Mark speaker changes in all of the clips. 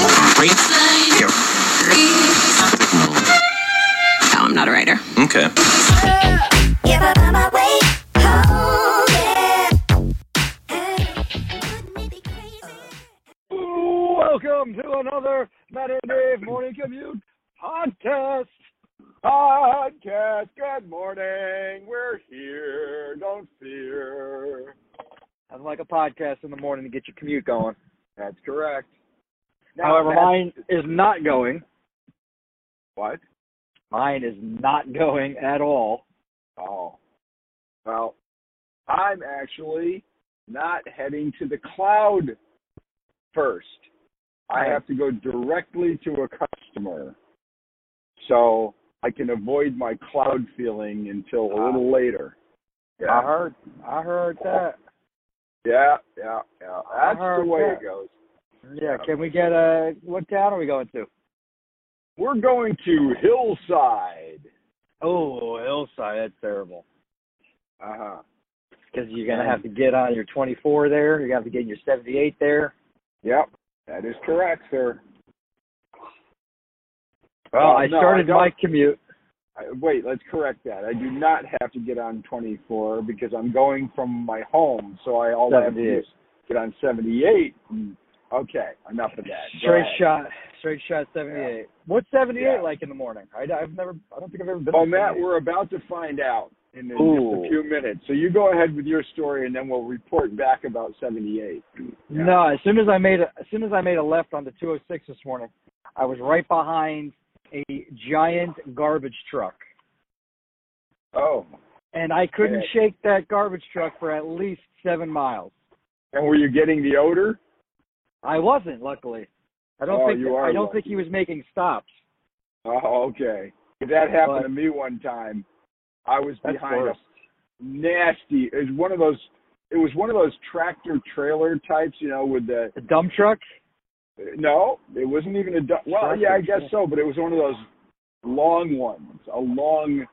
Speaker 1: Three. Here. No.
Speaker 2: Oh. No, I'm not a writer.
Speaker 1: Okay.
Speaker 3: Welcome to another Matt and Dave Morning Commute podcast. Podcast. Good morning. We're here. Don't fear.
Speaker 4: Nothing like a podcast in the morning to get your commute going.
Speaker 3: That's correct. Now,
Speaker 4: However,
Speaker 3: Matt-
Speaker 4: mine is not going.
Speaker 3: What?
Speaker 4: Mine is not going at all.
Speaker 3: Oh. Well, I'm actually not heading to the cloud first. I have to go directly to a customer. So I can avoid my cloud feeling until a little later. Yeah.
Speaker 4: Ah. heard. I heard that.
Speaker 3: Yeah, yeah, yeah. That's the
Speaker 4: heard
Speaker 3: way
Speaker 4: that.
Speaker 3: it goes.
Speaker 4: Yeah. Can we get a? What town are we going to?
Speaker 3: We're going to Hillside.
Speaker 4: Oh, Hillside. That's terrible.
Speaker 3: Uh huh.
Speaker 4: Because you're gonna have to get on your 24 there. You're gonna have to get in your 78 there.
Speaker 3: Yep, that is correct, sir.
Speaker 4: Well,
Speaker 3: Oh,
Speaker 4: I
Speaker 3: no,
Speaker 4: started
Speaker 3: don't-
Speaker 4: my commute.
Speaker 3: I, wait, let's correct that. I do not have to get on 24 because I'm going from my home, so I all I have to do is get on 78. Mm, Okay, enough of that. Go
Speaker 4: Straight
Speaker 3: ahead.
Speaker 4: shot. Straight shot 78. What's 78
Speaker 3: Yeah.
Speaker 4: like in the morning? I, I've never. I don't think I've ever been.
Speaker 3: Well,
Speaker 4: to
Speaker 3: Matt,
Speaker 4: 78.
Speaker 3: we're about to find out in just
Speaker 4: Ooh.
Speaker 3: a few minutes. So you go ahead with your story, and then we'll report back about 78. Yeah.
Speaker 4: No, as soon as I made a, as soon as I made a left onto 206 this morning, I was right behind a giant garbage truck,
Speaker 3: Oh,
Speaker 4: and I couldn't
Speaker 3: Okay.
Speaker 4: shake that garbage truck for at least seven miles.
Speaker 3: and were you getting the odor?
Speaker 4: I wasn't, luckily. I don't
Speaker 3: Oh,
Speaker 4: think
Speaker 3: you are
Speaker 4: I don't
Speaker 3: lucky.
Speaker 4: think he was making stops.
Speaker 3: Oh, okay. That happened
Speaker 4: But-
Speaker 3: to me one time. I was
Speaker 4: That's
Speaker 3: behind a
Speaker 4: worse.
Speaker 3: nasty. It was one of those. It was one of those tractor trailer types, you know, with the.
Speaker 4: A dump truck.
Speaker 3: No, it wasn't even a. du- Well, yeah, I guess so, but it was one of those long ones, a long,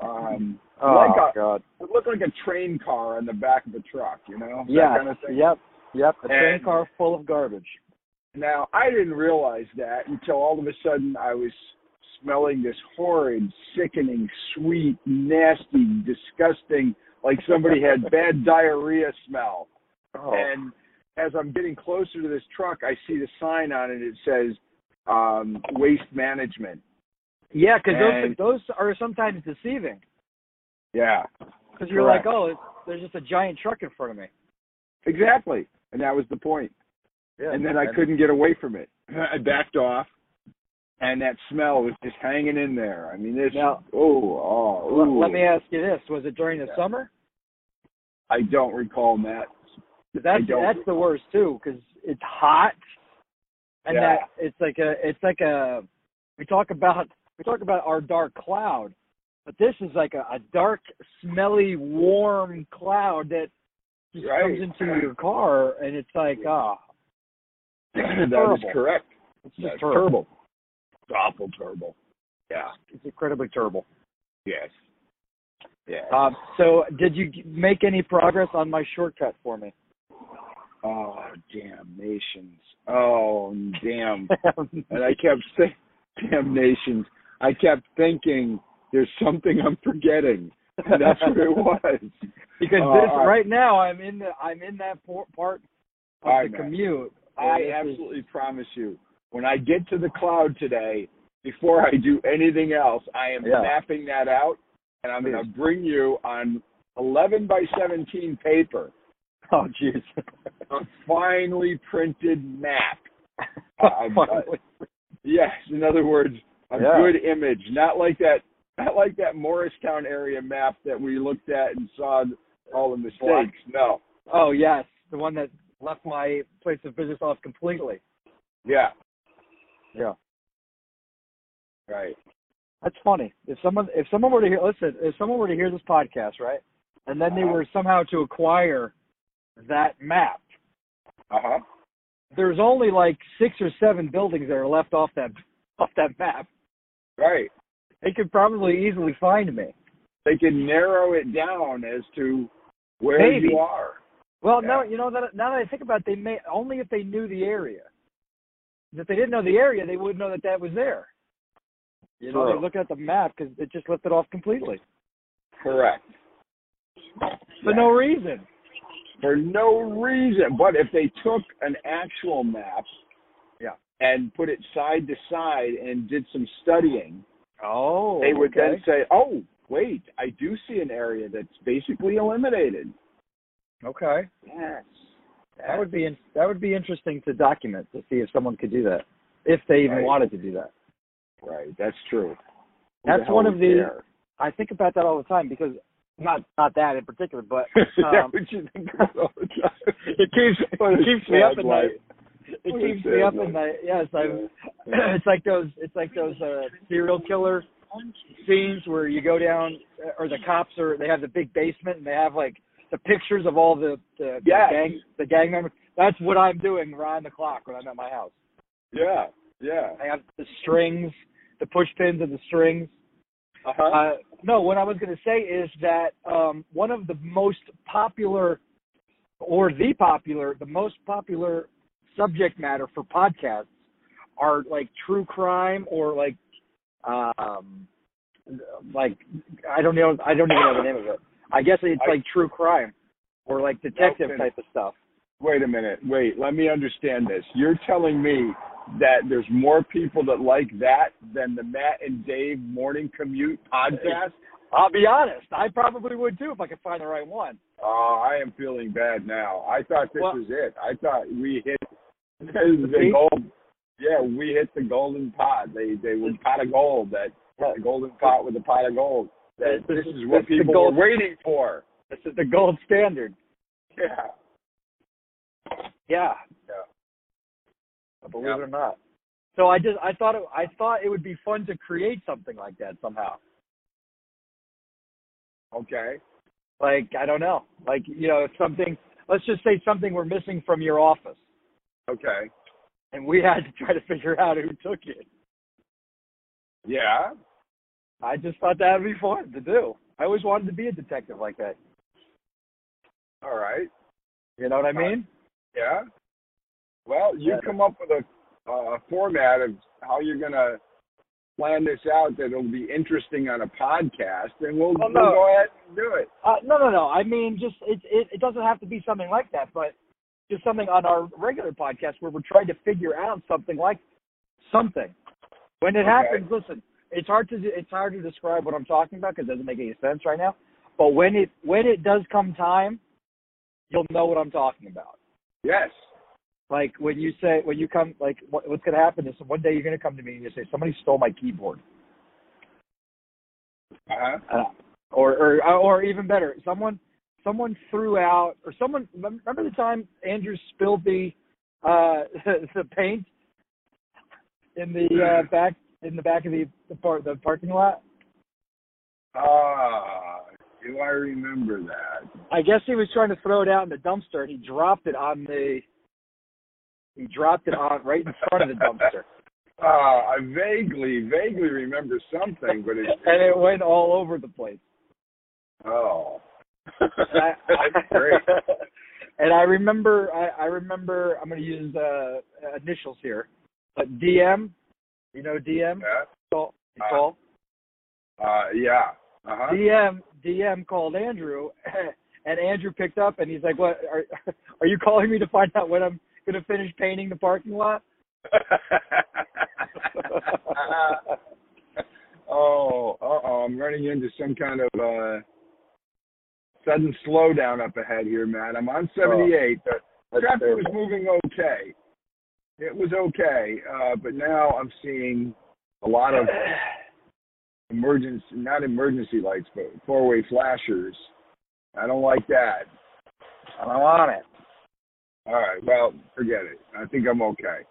Speaker 3: um, like a.
Speaker 4: Oh, God.
Speaker 3: It looked like a train car on the back of a truck, you know,
Speaker 4: Yeah.
Speaker 3: that kind of thing.
Speaker 4: Yep. Yep. A train
Speaker 3: And-
Speaker 4: car full of garbage.
Speaker 3: Now, I didn't realize that until all of a sudden I was smelling this horrid, sickening, sweet, nasty, disgusting, like somebody had bad diarrhea smell.
Speaker 4: Oh.
Speaker 3: And as I'm getting closer to this truck, I see the sign on it. It says um, waste management.
Speaker 4: Yeah, because
Speaker 3: and-
Speaker 4: those those are sometimes deceiving.
Speaker 3: Yeah,
Speaker 4: Because you're
Speaker 3: Correct.
Speaker 4: like, oh, it's, there's just a giant truck in front of me.
Speaker 3: exactly. And that was the point.
Speaker 4: Yeah.
Speaker 3: and then I couldn't get away from it. I backed off, and that smell was just hanging in there. I mean, this.
Speaker 4: Now-
Speaker 3: oh, oh.
Speaker 4: Let, let
Speaker 3: ooh.
Speaker 4: me ask you this: Was it during the
Speaker 3: Yeah.
Speaker 4: summer?
Speaker 3: I don't recall that.
Speaker 4: 'Cause That's
Speaker 3: I don't.
Speaker 4: that's the worst too, because it's hot, and
Speaker 3: Yeah.
Speaker 4: that it's like a it's like a we talk about we talk about our dark cloud, but this is like a, a dark, smelly, warm cloud that just
Speaker 3: Right.
Speaker 4: comes into your car, and it's like ah,
Speaker 3: that is
Speaker 4: Terrible.
Speaker 3: correct.
Speaker 4: it's
Speaker 3: That's
Speaker 4: just terrible.
Speaker 3: terrible. It's awful terrible. Yeah.
Speaker 4: It's incredibly terrible.
Speaker 3: Yes. Yeah.
Speaker 4: Um, so, did you g- make any progress on my shortcut for me?
Speaker 3: oh damnations. Oh damn. and I kept saying, damnations. I kept thinking there's something I'm forgetting. And that's what it was.
Speaker 4: Because
Speaker 3: Uh,
Speaker 4: this
Speaker 3: I-
Speaker 4: right now, I'm in the I'm in that por- part of
Speaker 3: I
Speaker 4: the
Speaker 3: know.
Speaker 4: commute. where
Speaker 3: I
Speaker 4: this is-
Speaker 3: absolutely promise you, when I get to the cloud today, before I do anything else, I am
Speaker 4: Yeah.
Speaker 3: mapping that out, and I'm going to bring you on 11 by 17 paper
Speaker 4: Oh, jeez.
Speaker 3: a finely printed map. Uh, I'm- Yes, in other words, a
Speaker 4: Yeah.
Speaker 3: good image, not like that, not like that Morristown area map that we looked at and saw all the mistakes.
Speaker 4: Black.
Speaker 3: No,
Speaker 4: oh yes, the one that left my place of business off completely.
Speaker 3: yeah,
Speaker 4: Yeah,
Speaker 3: right.
Speaker 4: that's funny. If someone if someone were to hear listen, if someone were to hear this podcast, right, and then they
Speaker 3: Uh-huh.
Speaker 4: were somehow to acquire that map,
Speaker 3: Uh huh.
Speaker 4: there's only like six or seven buildings that are left off that off that map.
Speaker 3: Right.
Speaker 4: They could probably easily find me.
Speaker 3: They can narrow it down as to where
Speaker 4: Maybe.
Speaker 3: you are.
Speaker 4: Well,
Speaker 3: Yeah.
Speaker 4: no, you know that now that I think about it, they may only if they knew the area. if they didn't know the area, they wouldn't know that that was there. You know,
Speaker 3: True.
Speaker 4: they're looking at the map because it just left it off completely
Speaker 3: Correct.
Speaker 4: for no reason.
Speaker 3: for no reason. But if they took an actual map
Speaker 4: Yeah.
Speaker 3: and put it side to side and did some studying,
Speaker 4: Oh,
Speaker 3: they would
Speaker 4: okay.
Speaker 3: then say, oh, wait, I do see an area that's basically eliminated.
Speaker 4: okay.
Speaker 3: Yes.
Speaker 4: That would be in, that would be interesting to document to see if someone could do that, if they even
Speaker 3: Right.
Speaker 4: wanted to do that.
Speaker 3: Right, that's true. Who
Speaker 4: That's
Speaker 3: hell
Speaker 4: one
Speaker 3: would
Speaker 4: of the-
Speaker 3: care?
Speaker 4: I think about that all the time because not not that in particular, but
Speaker 3: That's
Speaker 4: um,
Speaker 3: what you think about all the time.
Speaker 4: it keeps
Speaker 3: What a
Speaker 4: it keeps me up
Speaker 3: sad
Speaker 4: at
Speaker 3: life.
Speaker 4: night. It
Speaker 3: What a
Speaker 4: keeps me
Speaker 3: sad
Speaker 4: up at
Speaker 3: life.
Speaker 4: night. Yes, I'm.
Speaker 3: Yeah.
Speaker 4: it's like those it's like those uh serial killer scenes where you go down uh, or the cops are they have the big basement and they have like the pictures of all the the, the
Speaker 3: Yes.
Speaker 4: gang the gang members that's what i'm doing around the clock when i'm at my house
Speaker 3: Yeah, yeah.
Speaker 4: i have the strings the push pins and the strings
Speaker 3: Uh-huh.
Speaker 4: uh no what i was going to say is that um one of the most popular or the popular the most popular subject matter for podcasts are like true crime or like um like i don't know i don't even know the name of it i guess it's
Speaker 3: I-
Speaker 4: like true crime or like detective
Speaker 3: Okay.
Speaker 4: type of stuff
Speaker 3: Wait a minute. Wait, let me understand this. You're telling me that there's more people that like that than the Matt and Dave morning commute podcast?
Speaker 4: i'll be honest i probably would too if i could find the right one
Speaker 3: Oh, I am feeling bad now. I thought this
Speaker 4: Well-
Speaker 3: was it. I thought we hit the
Speaker 4: peak?
Speaker 3: gold. Yeah, we hit the golden pot. They they were pot of gold. That the golden pot with a pot of gold. That
Speaker 4: This
Speaker 3: this
Speaker 4: is-
Speaker 3: is what
Speaker 4: this is the
Speaker 3: people were
Speaker 4: gold-
Speaker 3: waiting for.
Speaker 4: this is the gold standard
Speaker 3: Yeah.
Speaker 4: yeah
Speaker 3: Yeah.
Speaker 4: believe
Speaker 3: Yeah.
Speaker 4: it or not. So I just I thought it, I thought it would be fun to create something like that somehow.
Speaker 3: Okay.
Speaker 4: Like I don't know, like you know, if something. Let's just say something we're missing from your office,
Speaker 3: Okay.
Speaker 4: and we had to try to figure out who took it.
Speaker 3: Yeah.
Speaker 4: I just thought that would be fun to do. I always wanted to be a detective like that.
Speaker 3: All right.
Speaker 4: You know what I mean?
Speaker 3: Yeah. Well, you
Speaker 4: Yeah.
Speaker 3: come up with a uh, format of how you're gonna plan this out that it'll be interesting on a podcast, and we'll,
Speaker 4: Well,
Speaker 3: we'll
Speaker 4: Oh, no.
Speaker 3: go ahead and do it.
Speaker 4: Uh, no, no, no. I mean, just it, it it doesn't have to be something like that, but just something on our regular podcast where we're trying to figure out something like something. When it
Speaker 3: Okay.
Speaker 4: happens, listen. It's hard to it's hard to describe what I'm talking about because it doesn't make any sense right now. But when it when it does come time, you'll know what I'm talking about.
Speaker 3: Yes.
Speaker 4: Like when you say when you come like what, what's going to happen is one day you're going to come to me and you say somebody stole my keyboard.
Speaker 3: Uh huh.
Speaker 4: Uh, or or uh, or even better, someone someone threw out or someone remember the time Andrew spilled the uh the paint in the uh, back in the back of the the, par- the parking lot.
Speaker 3: Ah, do I remember that?
Speaker 4: I guess he was trying to throw it out in the dumpster and he dropped it on the he dropped it on right in front of the dumpster.
Speaker 3: Ah, I vaguely, vaguely remember something, but it's
Speaker 4: and it went all over the place.
Speaker 3: oh,
Speaker 4: And I-
Speaker 3: that's great.
Speaker 4: and I remember, I, I remember, I'm going to use uh, initials here, but DM, you know DM,
Speaker 3: Yeah.
Speaker 4: call,
Speaker 3: Uh,
Speaker 4: call.
Speaker 3: Uh, yeah. Uh huh.
Speaker 4: DM, DM called Andrew, and Andrew picked up, and he's like, "What are are you calling me to find out when I'm going to finish painting the parking lot?"
Speaker 3: oh, uh oh, I'm running into some kind of uh, sudden slowdown up ahead here, Matt. I'm on 78. the traffic was moving okay. It was okay, uh, but now I'm seeing a lot of emergency, not emergency lights, but four-way flashers. I don't like that.
Speaker 4: I'm on it.
Speaker 3: All right. Well, forget it. I think I'm okay.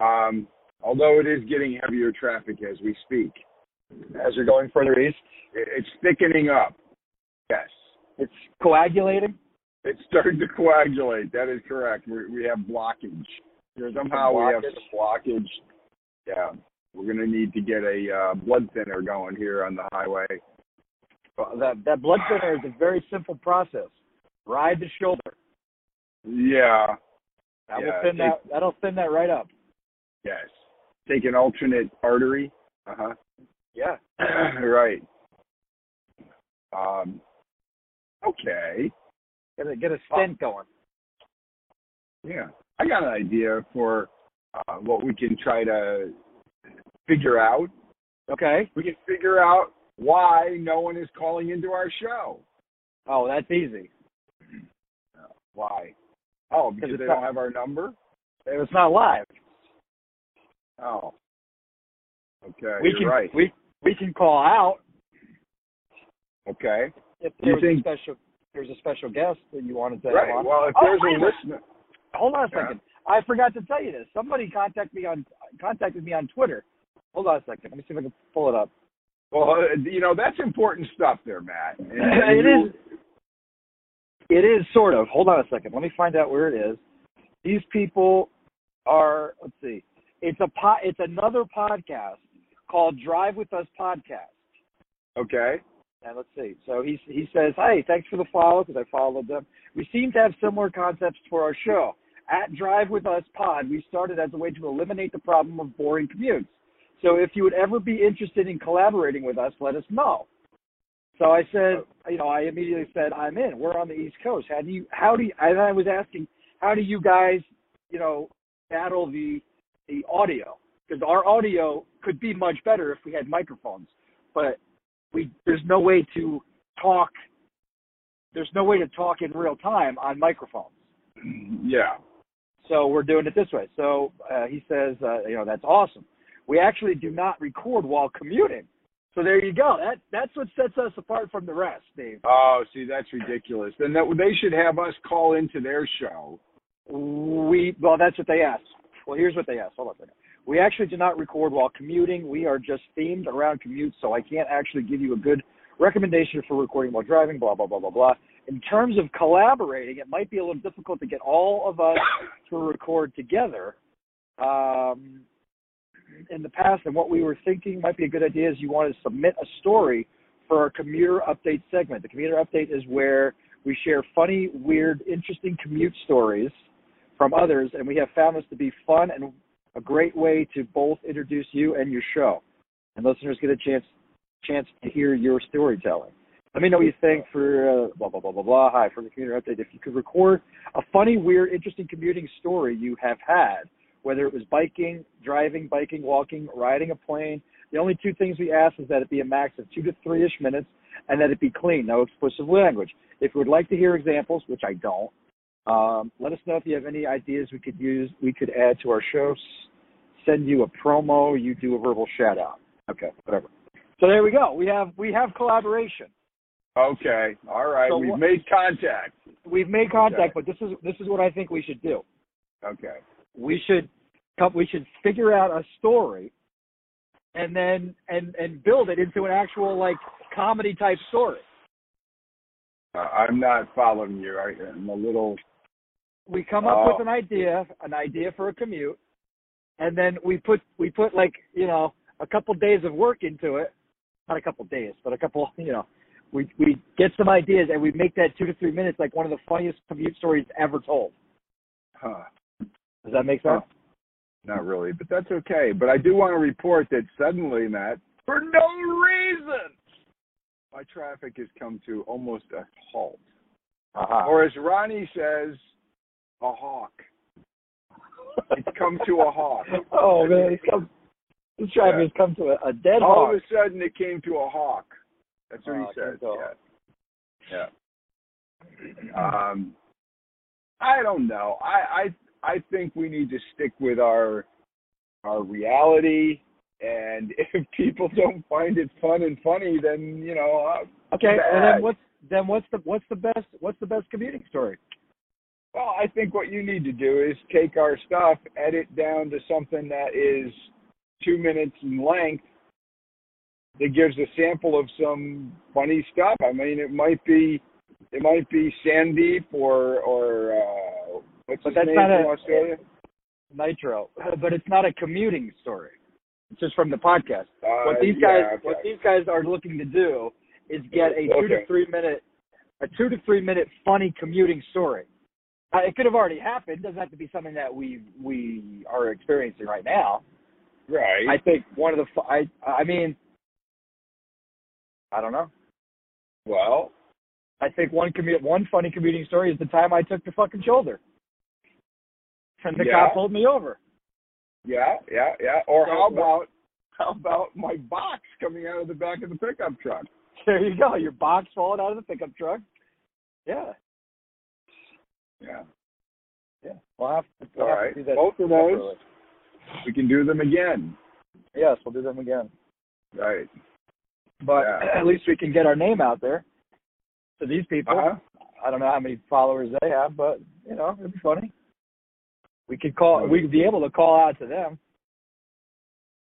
Speaker 3: Um, although it is getting heavier traffic as we speak.
Speaker 4: As you're going further east,
Speaker 3: It- It's thickening up. Yes.
Speaker 4: it's coagulating.
Speaker 3: It's starting to coagulate. That is correct. We, we have blockage.
Speaker 4: There's
Speaker 3: Somehow we have
Speaker 4: blockage.
Speaker 3: some blockage. Yeah. We're going to need to get a uh, blood thinner going here on the highway.
Speaker 4: that that blood thinner is a very simple process. Ride the shoulder.
Speaker 3: Yeah.
Speaker 4: That
Speaker 3: Yeah,
Speaker 4: will thin
Speaker 3: take-
Speaker 4: that. That'll thin that right up.
Speaker 3: Yes. Take an alternate artery. Uh huh.
Speaker 4: Yeah.
Speaker 3: right. Um, okay.
Speaker 4: Get a, get a stent going.
Speaker 3: Yeah. I got an idea for uh, what we can try to figure out.
Speaker 4: Okay.
Speaker 3: We can figure out why no one is calling into our show.
Speaker 4: Oh, that's easy.
Speaker 3: Why? Oh, because
Speaker 4: it's
Speaker 3: they
Speaker 4: not-
Speaker 3: don't have our number?
Speaker 4: It was not live.
Speaker 3: Oh. Okay.
Speaker 4: we
Speaker 3: you're
Speaker 4: can
Speaker 3: right.
Speaker 4: we we can call out
Speaker 3: Okay.
Speaker 4: if
Speaker 3: You
Speaker 4: there was
Speaker 3: think-
Speaker 4: a special there's a special guest that you wanted to have
Speaker 3: Right.
Speaker 4: on.
Speaker 3: Well, if
Speaker 4: Oh,
Speaker 3: there's
Speaker 4: wait
Speaker 3: a
Speaker 4: minute.
Speaker 3: listener.
Speaker 4: Hold on a
Speaker 3: Yeah.
Speaker 4: second. I forgot to tell you this. Somebody contacted me on contacted me on Twitter. Hold on a second. Let me see if I can pull it up.
Speaker 3: Well, uh, you know, that's important stuff there, Matt. And- and
Speaker 4: it
Speaker 3: you-
Speaker 4: is it is sort of. Hold on a second. Let me find out where it is. These people are let's see. It's a po- it's another podcast called Drive with Us Podcast.
Speaker 3: Okay.
Speaker 4: And let's see. So he he says, "Hey, thanks for the follow because I followed them. We seem to have similar concepts for our show. At Drive with Us Pod, we started as a way to eliminate the problem of boring commutes. So if you would ever be interested in collaborating with us, let us know." So I said, you know, I immediately said, "I'm in. We're on the East Coast. How do you how do you, and I was asking, how do you guys, you know, battle the the audio? Because our audio could be much better if we had microphones, but we there's no way to talk there's no way to talk in real time on microphones
Speaker 3: Yeah.
Speaker 4: so we're doing it this way so uh, he says uh, you know that's awesome we actually do not record while commuting so there you go that that's what sets us apart from the rest dave
Speaker 3: Oh, see, that's ridiculous. Then that, they should have us call into their show.
Speaker 4: we well that's what they asked well here's what they asked hold on a second we actually do not record while commuting we are just themed around commutes so i can't actually give you a good recommendation for recording while driving blah blah blah blah blah in terms of collaborating it might be a little difficult to get all of us to record together um, in the past and what we were thinking might be a good idea is you want to submit a story for our commuter update segment the commuter update is where we share funny weird interesting commute stories from others and we have found this to be fun and a great way to both introduce you and your show and listeners get a chance chance to hear your storytelling let me know what you think for uh, blah blah blah blah blah. Hi, from the commuter update. If you could record a funny, weird, interesting commuting story you have had, whether it was biking, driving, biking, walking, riding a plane. The only two things we ask is that it be a max of two to three ish minutes, and that it be clean, no explicit language. If you would like to hear examples, which I don't, um, let us know if you have any ideas we could use, we could add to our shows. Send you a promo, you do a verbal shout out. Okay, whatever. So there we go. We have we have collaboration
Speaker 3: Okay. All right.
Speaker 4: So
Speaker 3: We've
Speaker 4: what-
Speaker 3: made contact.
Speaker 4: we've made contact, but this is this is what I think we should do.
Speaker 3: Okay.
Speaker 4: We should come, we should figure out a story, and then and and build it into an actual like comedy type story.
Speaker 3: Uh, I'm not following you. I, I'm a little.
Speaker 4: We come up
Speaker 3: Oh.
Speaker 4: with an idea, an idea for a commute, and then we put we put like you know a couple days of work into it, not a couple days, but a couple you know. We we get some ideas and we make that two to three minutes like one of the funniest commute stories ever told.
Speaker 3: Huh.
Speaker 4: Does that make sense?
Speaker 3: Not really, but that's okay. But I do want to report that suddenly, Matt, for no reason, my traffic has come to almost a halt.
Speaker 4: Uh-huh.
Speaker 3: Or as Ronnie says, a hawk. It's come to a halt.
Speaker 4: Oh man, he's come. This driver
Speaker 3: Yeah.
Speaker 4: has come to a, a dead
Speaker 3: All
Speaker 4: halt.
Speaker 3: of a sudden, it came to a hawk. That's what
Speaker 4: Oh,
Speaker 3: he
Speaker 4: it
Speaker 3: says.
Speaker 4: came to a
Speaker 3: Yeah. yeah. Um, I don't know. I, I I think we need to stick with our our reality. And if people don't find it fun and funny, then you know. Uh,
Speaker 4: Okay, and
Speaker 3: bad.
Speaker 4: then what's then what's the what's the best what's the best commuting story?
Speaker 3: well, I think what you need to do is take our stuff, edit down to something that is two minutes in length. That gives a sample of some funny stuff. I mean, it might be, it might be Sandeep or or uh, what's
Speaker 4: But
Speaker 3: his
Speaker 4: that's
Speaker 3: name
Speaker 4: not
Speaker 3: from
Speaker 4: a-
Speaker 3: Australia?
Speaker 4: Nitro, but it's not a commuting story. It's just from the podcast.
Speaker 3: Uh,
Speaker 4: what these guys
Speaker 3: yeah, okay.
Speaker 4: what these guys are looking to do is get a two
Speaker 3: Okay.
Speaker 4: to three minute a two to three minute funny commuting story. Uh, it could have already happened. doesn't have to be something that we we are experiencing right now.
Speaker 3: Right.
Speaker 4: I think one of the fu- I I mean I don't know.
Speaker 3: well,
Speaker 4: I think one commu- one funny commuting story is the time I took the fucking shoulder. And the
Speaker 3: Yeah.
Speaker 4: cop pulled me over.
Speaker 3: yeah, yeah, yeah. Or
Speaker 4: So
Speaker 3: how
Speaker 4: what-
Speaker 3: about how about my box coming out of the back of the pickup truck?
Speaker 4: There you go. Your box falling out of the pickup truck. Yeah.
Speaker 3: Yeah.
Speaker 4: Yeah. We'll have to, we'll
Speaker 3: All
Speaker 4: have to
Speaker 3: right.
Speaker 4: do that.
Speaker 3: Both of those.
Speaker 4: separately.
Speaker 3: We can do them again.
Speaker 4: Yes, we'll do them again.
Speaker 3: Right.
Speaker 4: But
Speaker 3: Yeah.
Speaker 4: at least we can get our name out there to these people.
Speaker 3: Uh-huh.
Speaker 4: I don't know how many followers they have, but you know, it'd be funny. We could call.
Speaker 3: Right.
Speaker 4: We'd be able to call out to them,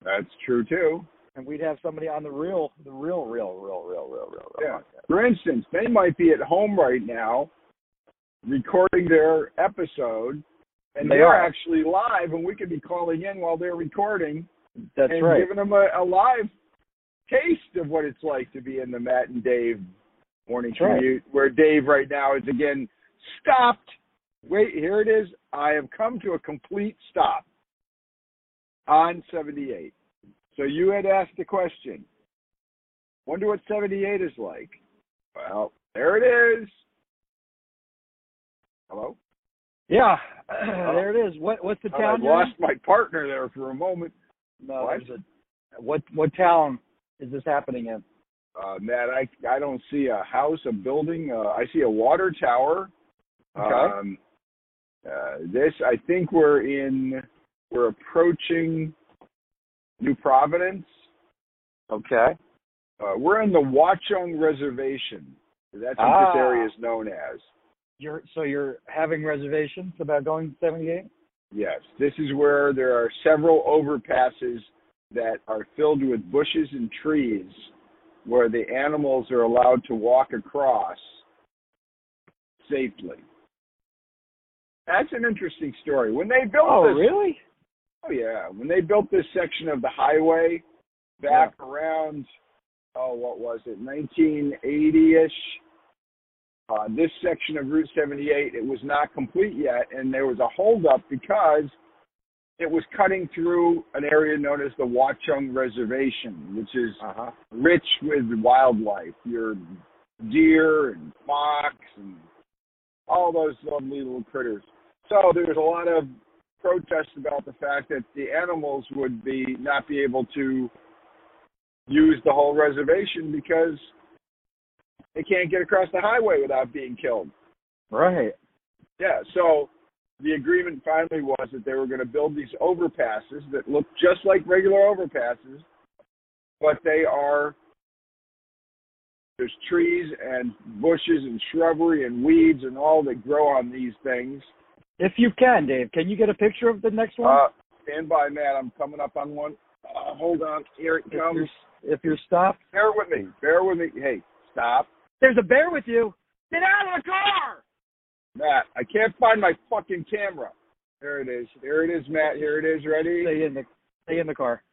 Speaker 3: That's true too.
Speaker 4: and we'd have somebody on the real, the real, real, real, real, real, real. real
Speaker 3: Yeah.
Speaker 4: podcast.
Speaker 3: For instance, they might be at home right now recording their episode and
Speaker 4: They
Speaker 3: they're
Speaker 4: are.
Speaker 3: actually live and we could be calling in while they're recording
Speaker 4: That's
Speaker 3: and
Speaker 4: right.
Speaker 3: giving them a, a live taste of what it's like to be in the Matt and Dave morning
Speaker 4: That's right.
Speaker 3: commute where Dave right now is again stopped. Wait, here it is. I have come to a complete stop on 78. So you had asked the question. Wonder what 78 is like. Well, there it is. Hello?
Speaker 4: yeah.
Speaker 3: Uh-huh.
Speaker 4: there it is. What What's the
Speaker 3: I
Speaker 4: town?
Speaker 3: lost my partner there for a moment.
Speaker 4: name? No,
Speaker 3: what?
Speaker 4: there's a- what What town is this happening in?
Speaker 3: uh, Matt, I I don't see a house, a building. Uh, I see a water tower.
Speaker 4: Okay.
Speaker 3: Um, uh, this, I think we're in. We're approaching New Providence.
Speaker 4: Okay.
Speaker 3: Uh, we're in the Watchung Reservation. That's what
Speaker 4: Ah.
Speaker 3: this area is known as.
Speaker 4: You're so you're having reservations about going to 78.
Speaker 3: Yes, this is where there are several overpasses that are filled with bushes and trees, where the animals are allowed to walk across safely. That's an interesting story. When they built
Speaker 4: Oh,
Speaker 3: this,
Speaker 4: really?
Speaker 3: oh yeah, when they built this section of the highway back around, oh what was it, 1980ish. Uh, this section of Route 78, it was not complete yet, and there was a holdup because it was cutting through an area known as the Watchung Reservation, which is
Speaker 4: Uh huh.
Speaker 3: rich with wildlife. Your deer and fox and all those lovely little critters. So there was a lot of protest about the fact that the animals would be not be able to use the whole reservation because they can't get across the highway without being killed.
Speaker 4: Right.
Speaker 3: Yeah, so the agreement finally was that they were going to build these overpasses that look just like regular overpasses, but they are there's trees and bushes and shrubbery and weeds and all that grow on these things.
Speaker 4: If you can, Dave, can you get a picture of the next one?
Speaker 3: Uh, stand by, Matt. I'm coming up on one. Uh, hold on. Here it
Speaker 4: if, you're,
Speaker 3: comes.
Speaker 4: if you're stopped,
Speaker 3: Bear with me. Bear with me. Hey, stop.
Speaker 4: there's a bear with you. Get out of the car.
Speaker 3: Matt, I can't find my fucking camera. There it is. There it is, Matt. Here it is. Ready?
Speaker 4: Stay in the stay in the car.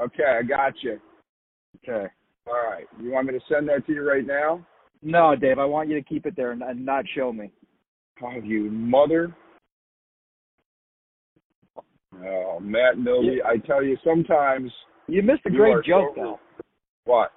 Speaker 3: Okay, I got you.
Speaker 4: Okay.
Speaker 3: All right. You want me to send that to you right now?
Speaker 4: No, Dave, I want you to keep it there and, and not show me.
Speaker 3: Oh, you mother. Oh, Matt Milby, I tell you, sometimes
Speaker 4: You missed a
Speaker 3: You
Speaker 4: great
Speaker 3: are
Speaker 4: joke
Speaker 3: so-
Speaker 4: though.
Speaker 3: what?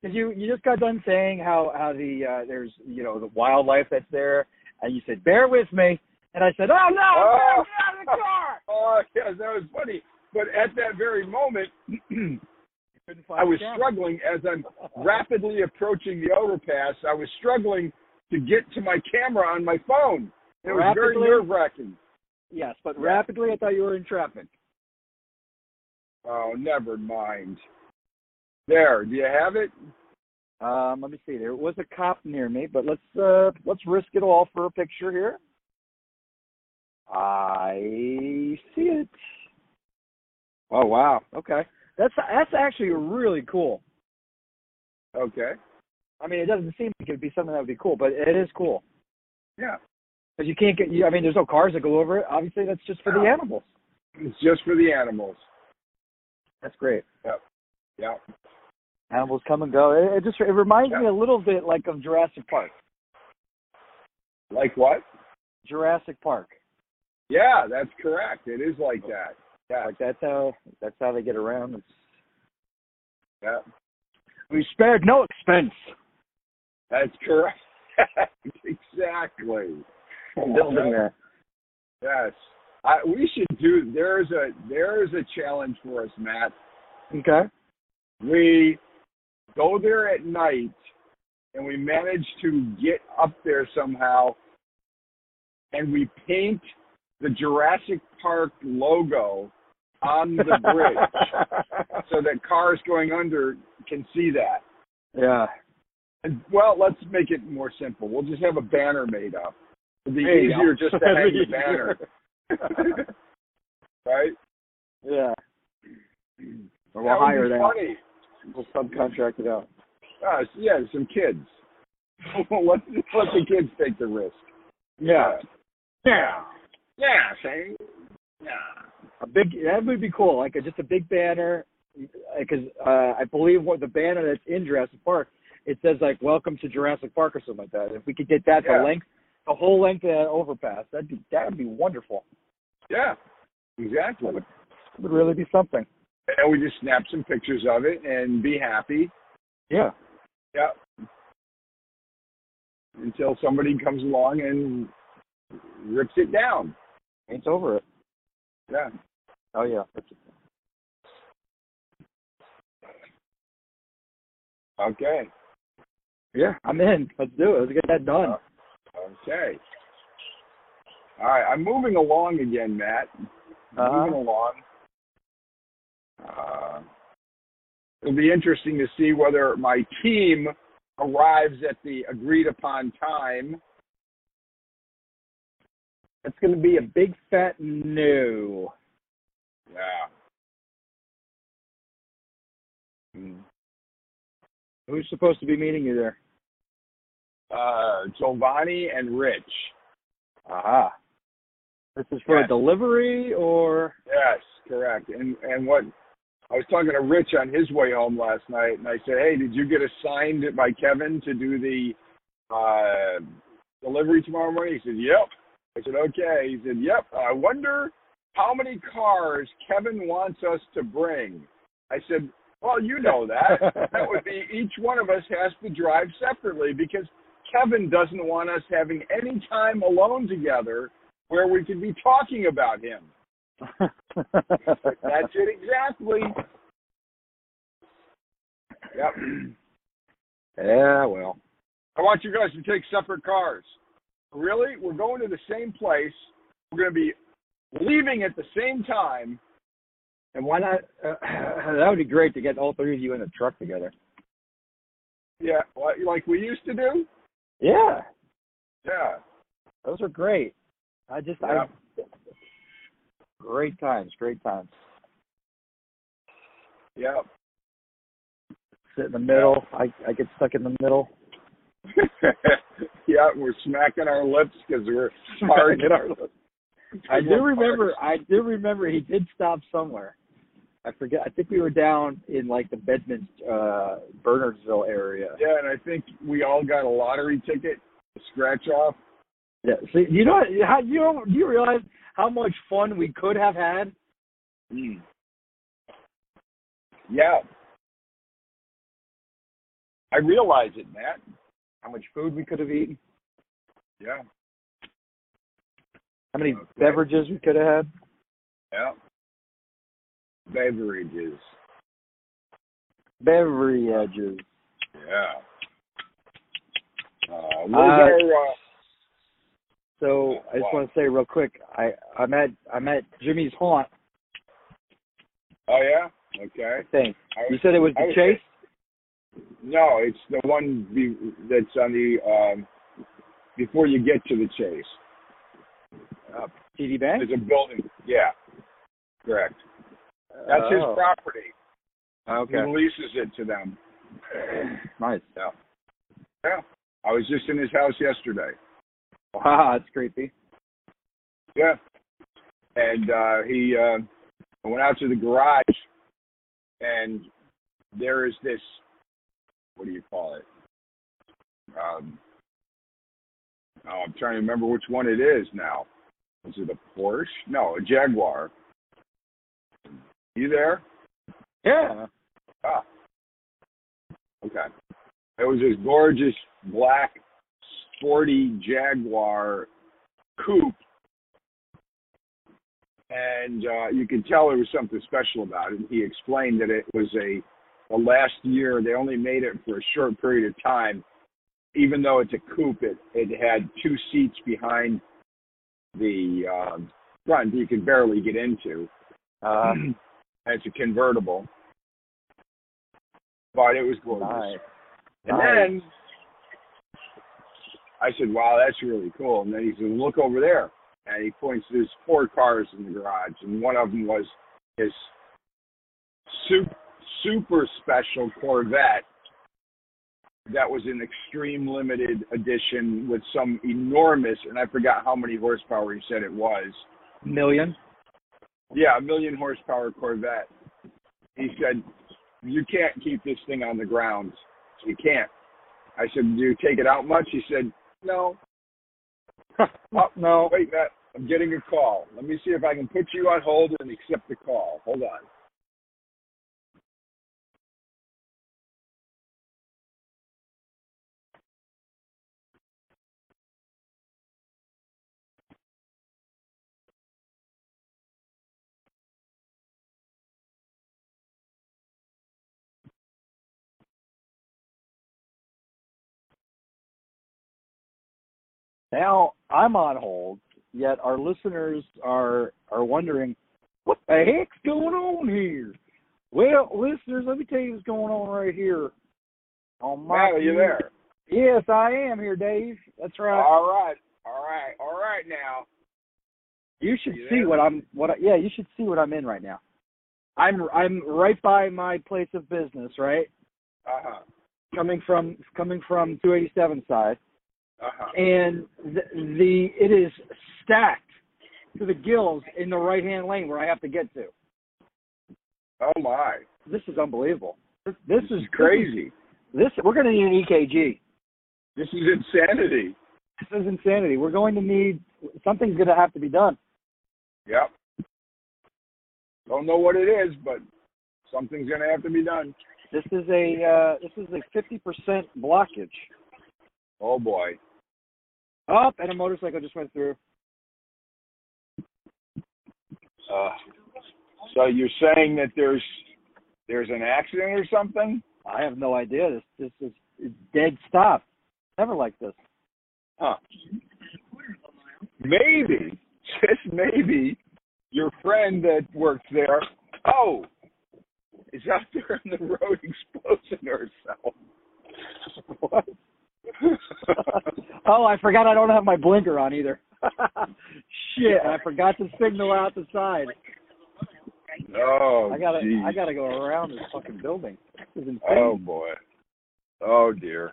Speaker 4: 'Cause you you just got done saying how how the uh, there's you know the wildlife that's there, and you said bear with me, and I said oh no,
Speaker 3: Oh.
Speaker 4: bear, get out of the car.
Speaker 3: Oh, yes, that was funny. But at that very moment,
Speaker 4: Couldn't find
Speaker 3: I was
Speaker 4: the camera.
Speaker 3: struggling as I'm rapidly approaching the overpass. I was struggling to get to my camera on my phone. It was very
Speaker 4: Rapidly?
Speaker 3: nerve wracking.
Speaker 4: Yes, but rapidly I thought you were in traffic.
Speaker 3: Oh, never mind. There, do you have it?
Speaker 4: Um, let me see. There was a cop near me, but let's uh, let's risk it all for a picture here. I see it.
Speaker 3: Oh, wow.
Speaker 4: Okay, that's that's actually really cool.
Speaker 3: Okay.
Speaker 4: I mean, it doesn't seem like it'd be something that would be cool, but it is cool
Speaker 3: Yeah.
Speaker 4: because you can't get. You, I mean, there's no cars that go over it. Obviously, that's just for the
Speaker 3: Yeah.
Speaker 4: animals.
Speaker 3: It's just for the animals.
Speaker 4: That's great.
Speaker 3: Yeah.
Speaker 4: Animals come and go. It, it just it reminds me a little bit like of Jurassic Park.
Speaker 3: Like what?
Speaker 4: Jurassic Park.
Speaker 3: Yeah, that's correct. It is like that. Yeah.
Speaker 4: Like that's how that's how they get around. It's,
Speaker 3: yeah.
Speaker 4: we spared no expense.
Speaker 3: That's correct. exactly.
Speaker 4: Building there.
Speaker 3: Yes. I, we should do there is a there is a challenge for us, Matt.
Speaker 4: Okay.
Speaker 3: We go there at night and we manage to get up there somehow and we paint the Jurassic Park logo on the bridge so that cars going under can see that.
Speaker 4: yeah.
Speaker 3: And, well, let's make it more simple. We'll just have a banner made up. It'd be
Speaker 4: There you go.
Speaker 3: easier just to hang the
Speaker 4: Easier.
Speaker 3: banner, right?
Speaker 4: yeah. Or we'll
Speaker 3: that would
Speaker 4: hire
Speaker 3: be
Speaker 4: that.
Speaker 3: funny.
Speaker 4: We'll subcontract it out.
Speaker 3: Uh, yeah, some kids. let let the kids take the risk.
Speaker 4: Yeah.
Speaker 3: Yeah. Yeah. See. Yeah.
Speaker 4: A big that would be cool. Like a, just a big banner, because uh, I believe what the banner that's in Jurassic Park it says like "Welcome to Jurassic Park" or something like that. If we could get that
Speaker 3: Yeah.
Speaker 4: the length, the whole length of that overpass, that'd be that would be wonderful.
Speaker 3: Yeah. Exactly.
Speaker 4: It would really be something.
Speaker 3: And we just snap some pictures of it and be happy.
Speaker 4: Yeah.
Speaker 3: Yeah. Until somebody comes along and rips it down.
Speaker 4: It's over it.
Speaker 3: Yeah.
Speaker 4: Oh yeah.
Speaker 3: Okay.
Speaker 4: Yeah. I'm in. Let's do it. Let's get that done.
Speaker 3: Okay. All right. I'm moving along again, Matt.
Speaker 4: Uh-huh.
Speaker 3: Moving along. Uh, it'll be interesting to see whether my team arrives at the agreed upon time.
Speaker 4: It's going to be a big fat no.
Speaker 3: Yeah. Mm.
Speaker 4: Who's supposed to be meeting you there?
Speaker 3: Uh, Giovanni and Rich.
Speaker 4: Aha. This is for
Speaker 3: Yes.
Speaker 4: a delivery or
Speaker 3: Yes, correct. And and what I was talking to Rich on his way home last night, and I said, "Hey, did you get assigned by Kevin to do the uh, delivery tomorrow morning?" He said, "Yep." I said, "Okay." He said, "Yep." I wonder how many cars Kevin wants us to bring. I said, "Well, you know that. that would be each one of us has to drive separately because Kevin doesn't want us having any time alone together where we could be talking about him." That's it exactly. Yep.
Speaker 4: yeah, well.
Speaker 3: I want you guys to take separate cars. Really? We're going to the same place. We're going to be leaving at the same time.
Speaker 4: And why not? Uh, that would be great to get all three of you in a truck together.
Speaker 3: Yeah, li- like we used to do.
Speaker 4: Yeah,
Speaker 3: Yeah.
Speaker 4: those are great. I just,
Speaker 3: Yeah.
Speaker 4: I, great times, great times.
Speaker 3: Yep.
Speaker 4: Sit in the middle. I, I get stuck in the middle.
Speaker 3: yeah, we're smacking our lips because we're hard.
Speaker 4: Get our- I do
Speaker 3: We're
Speaker 4: remember. I do remember he did stop somewhere. I forget. I think we were down in like the Bedmond, uh, Bernardsville area.
Speaker 3: hard. Yeah, and I think we all got a lottery ticket, a scratch off.
Speaker 4: Yeah. See, you know, what- how you don't- do you realize how much fun we could have had?
Speaker 3: Mm. Yeah. I realize it, Matt.
Speaker 4: How much food we could have eaten?
Speaker 3: Yeah.
Speaker 4: How many
Speaker 3: Okay.
Speaker 4: beverages we could have had?
Speaker 3: Yeah. Beverages.
Speaker 4: Beverages.
Speaker 3: Yeah. Uh, what was
Speaker 4: Uh,
Speaker 3: our, uh,
Speaker 4: So I just
Speaker 3: Wow.
Speaker 4: want to say real quick, I I'm at I'm at Jimmy's haunt.
Speaker 3: oh yeah? Okay.
Speaker 4: I think
Speaker 3: I
Speaker 4: you said it was
Speaker 3: I
Speaker 4: the Chase.
Speaker 3: no, it's the one be, that's on the um, before you get to the chase.
Speaker 4: TD Bank.
Speaker 3: There's a building. Yeah. Correct. That's his
Speaker 4: Oh,
Speaker 3: property. He
Speaker 4: Okay.
Speaker 3: leases it to them. Mm-hmm.
Speaker 4: Nice.
Speaker 3: Yeah. Yeah. I was just in his house yesterday.
Speaker 4: Wow, that's creepy.
Speaker 3: Yeah. And uh he uh I went out to the garage and there is this what do you call it? Um, oh, I'm trying to remember which one it is now. Was it a Porsche? No, a Jaguar. You there?
Speaker 4: Yeah.
Speaker 3: Ah. Okay. It was this gorgeous black sporty Jaguar coupe. And uh, you could tell there was something special about it. He explained that it was a the last year they only made it for a short period of time. Even though it's a coupe, it it had two seats behind the um, front you could barely get into.
Speaker 4: Hmm.
Speaker 3: Um, it's a convertible, but it was gorgeous.
Speaker 4: Nice.
Speaker 3: And then I said, "Wow, that's really cool." And then he said, "Look over there," and he points. There's four cars in the garage, and one of them was his super, super special Corvette that was an extreme limited edition with some enormous, and I forgot how many horsepower he said it was.
Speaker 4: Million.
Speaker 3: Yeah, a million horsepower Corvette. He said, "You can't keep this thing on the ground. You can't." I said, "Do you take it out much?" He said, "No."
Speaker 4: Oh, no.
Speaker 3: Wait, Matt, I'm getting a call. Let me see if I can put you on hold and accept the call. Hold on.
Speaker 4: Now I'm on hold, yet our listeners are are wondering what the heck's going on here. Well, listeners, let me tell you what's going on right here. On my
Speaker 3: Matt, are you there?
Speaker 4: Yes, I am here, Dave. That's right.
Speaker 3: All right. All right. All right now.
Speaker 4: You should
Speaker 3: You
Speaker 4: see
Speaker 3: there?
Speaker 4: what I'm what I, yeah, you should see what I'm in right now. I'm I'm right by my place of business, right?
Speaker 3: Uh-huh.
Speaker 4: Coming from coming from 287 side
Speaker 3: Uh-huh.
Speaker 4: and the, the it is stacked to the gills in the right-hand lane where I have to get to.
Speaker 3: Oh my.
Speaker 4: This is unbelievable. This, this is
Speaker 3: crazy.
Speaker 4: This we're going to need an E EKG.
Speaker 3: This is insanity.
Speaker 4: This is insanity. We're going to need something's going to have to be done.
Speaker 3: Yep. Don't know what it is, but something's gonna have to be done.
Speaker 4: This is a uh, this is a 50% blockage.
Speaker 3: Oh boy.
Speaker 4: Up and a motorcycle just went through.
Speaker 3: Uh, so you're saying that there's there's an accident or something?
Speaker 4: I have no idea. This this is it's dead stop. Never like this.
Speaker 3: Huh. Maybe, just maybe, your friend that works there, oh, is out there on the road exposing herself.
Speaker 4: What? oh, I forgot I don't have my blinker on either. Shit, I forgot to signal out the side.
Speaker 3: oh,
Speaker 4: I gotta
Speaker 3: geez.
Speaker 4: I gotta go around this fucking building. This is insane.
Speaker 3: Oh boy. Oh dear.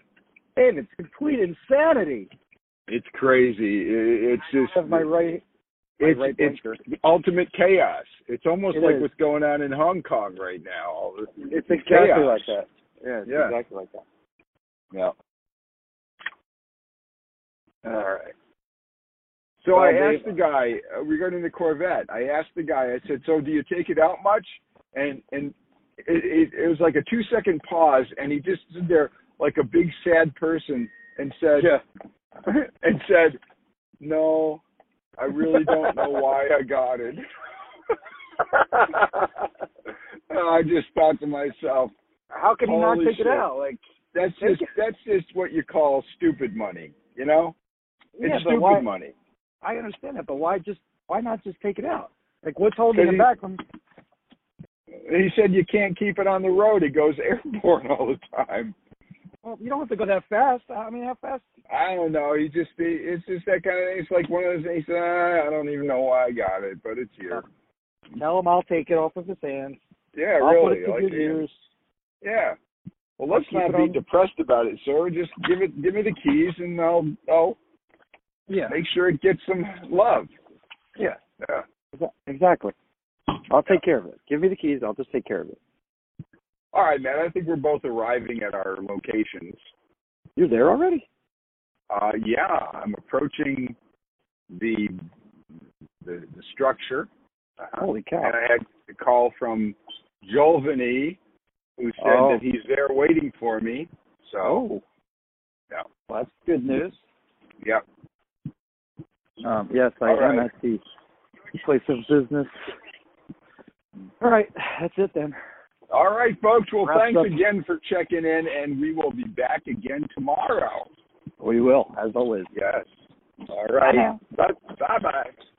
Speaker 4: Dave, it's complete insanity.
Speaker 3: It's crazy. It, it's
Speaker 4: I
Speaker 3: just
Speaker 4: have my right my
Speaker 3: it's
Speaker 4: right
Speaker 3: it's
Speaker 4: blinker.
Speaker 3: the ultimate chaos. It's almost
Speaker 4: It
Speaker 3: like
Speaker 4: is.
Speaker 3: what's going on in Hong Kong right now.
Speaker 4: It's
Speaker 3: exactly
Speaker 4: exactly
Speaker 3: chaos.
Speaker 4: like
Speaker 3: like
Speaker 4: that. Yeah,
Speaker 3: it's Yeah.
Speaker 4: exactly like that.
Speaker 3: Yeah.
Speaker 4: All right.
Speaker 3: So
Speaker 4: Well,
Speaker 3: I
Speaker 4: they-
Speaker 3: asked the guy uh, regarding the Corvette. I asked the guy. I said, "So do you take it out much?" And and it, it, it was like a two second pause, and he just stood there like a big sad person and said, and said, "No, I really don't know why I got it." And Uh, I just thought to myself,
Speaker 4: How can he not
Speaker 3: Holy
Speaker 4: take
Speaker 3: shit.
Speaker 4: it out? Like
Speaker 3: "That's
Speaker 4: Take
Speaker 3: just that's just what you call stupid money, you know? It's
Speaker 4: yeah,
Speaker 3: stupid
Speaker 4: but why,
Speaker 3: money."
Speaker 4: I understand that, but why just why not just take it out? Like what's holding
Speaker 3: 'Cause
Speaker 4: him
Speaker 3: he-
Speaker 4: back from
Speaker 3: He said you can't keep it on the road. It goes airborne all the time.
Speaker 4: well, you don't have to go that fast. I mean how fast
Speaker 3: I don't know. He just he, it's just that kind of thing. It's like one of those things. Ah, I don't even know why I got it, but it's here.
Speaker 4: Tell him I'll take it off of his hands.
Speaker 3: Yeah,
Speaker 4: I'll put
Speaker 3: really.
Speaker 4: it to
Speaker 3: like,
Speaker 4: good use.
Speaker 3: yeah. Well, let's
Speaker 4: Keep
Speaker 3: not
Speaker 4: it
Speaker 3: be
Speaker 4: on-
Speaker 3: depressed about it, sir. Just give it, give me the keys, and I'll, I'll
Speaker 4: Yeah.
Speaker 3: make sure it gets some love.
Speaker 4: Yeah.
Speaker 3: Yeah.
Speaker 4: Exa- Exactly. I'll take care of it. Give me the keys. I'll just take care of it.
Speaker 3: All right, man. I think we're both arriving at our locations.
Speaker 1: You're there already?
Speaker 3: Uh, yeah, I'm approaching the the, the structure. Uh,
Speaker 1: Holy cow.
Speaker 3: and I had a call from Jolvany, who said
Speaker 1: Oh.
Speaker 3: that he's there waiting for me. So,
Speaker 1: Oh.
Speaker 3: Yeah.
Speaker 1: Well, that's good news.
Speaker 3: yeah,
Speaker 1: Um, yes, I
Speaker 3: All
Speaker 1: am
Speaker 3: right.
Speaker 1: at the place of business. All right, that's it then.
Speaker 3: All right, folks. Well,
Speaker 1: Wraps
Speaker 3: thanks
Speaker 1: up.
Speaker 3: again for checking in, and we will be back again tomorrow.
Speaker 1: We will, as always.
Speaker 3: Yes. All right. Bye bye.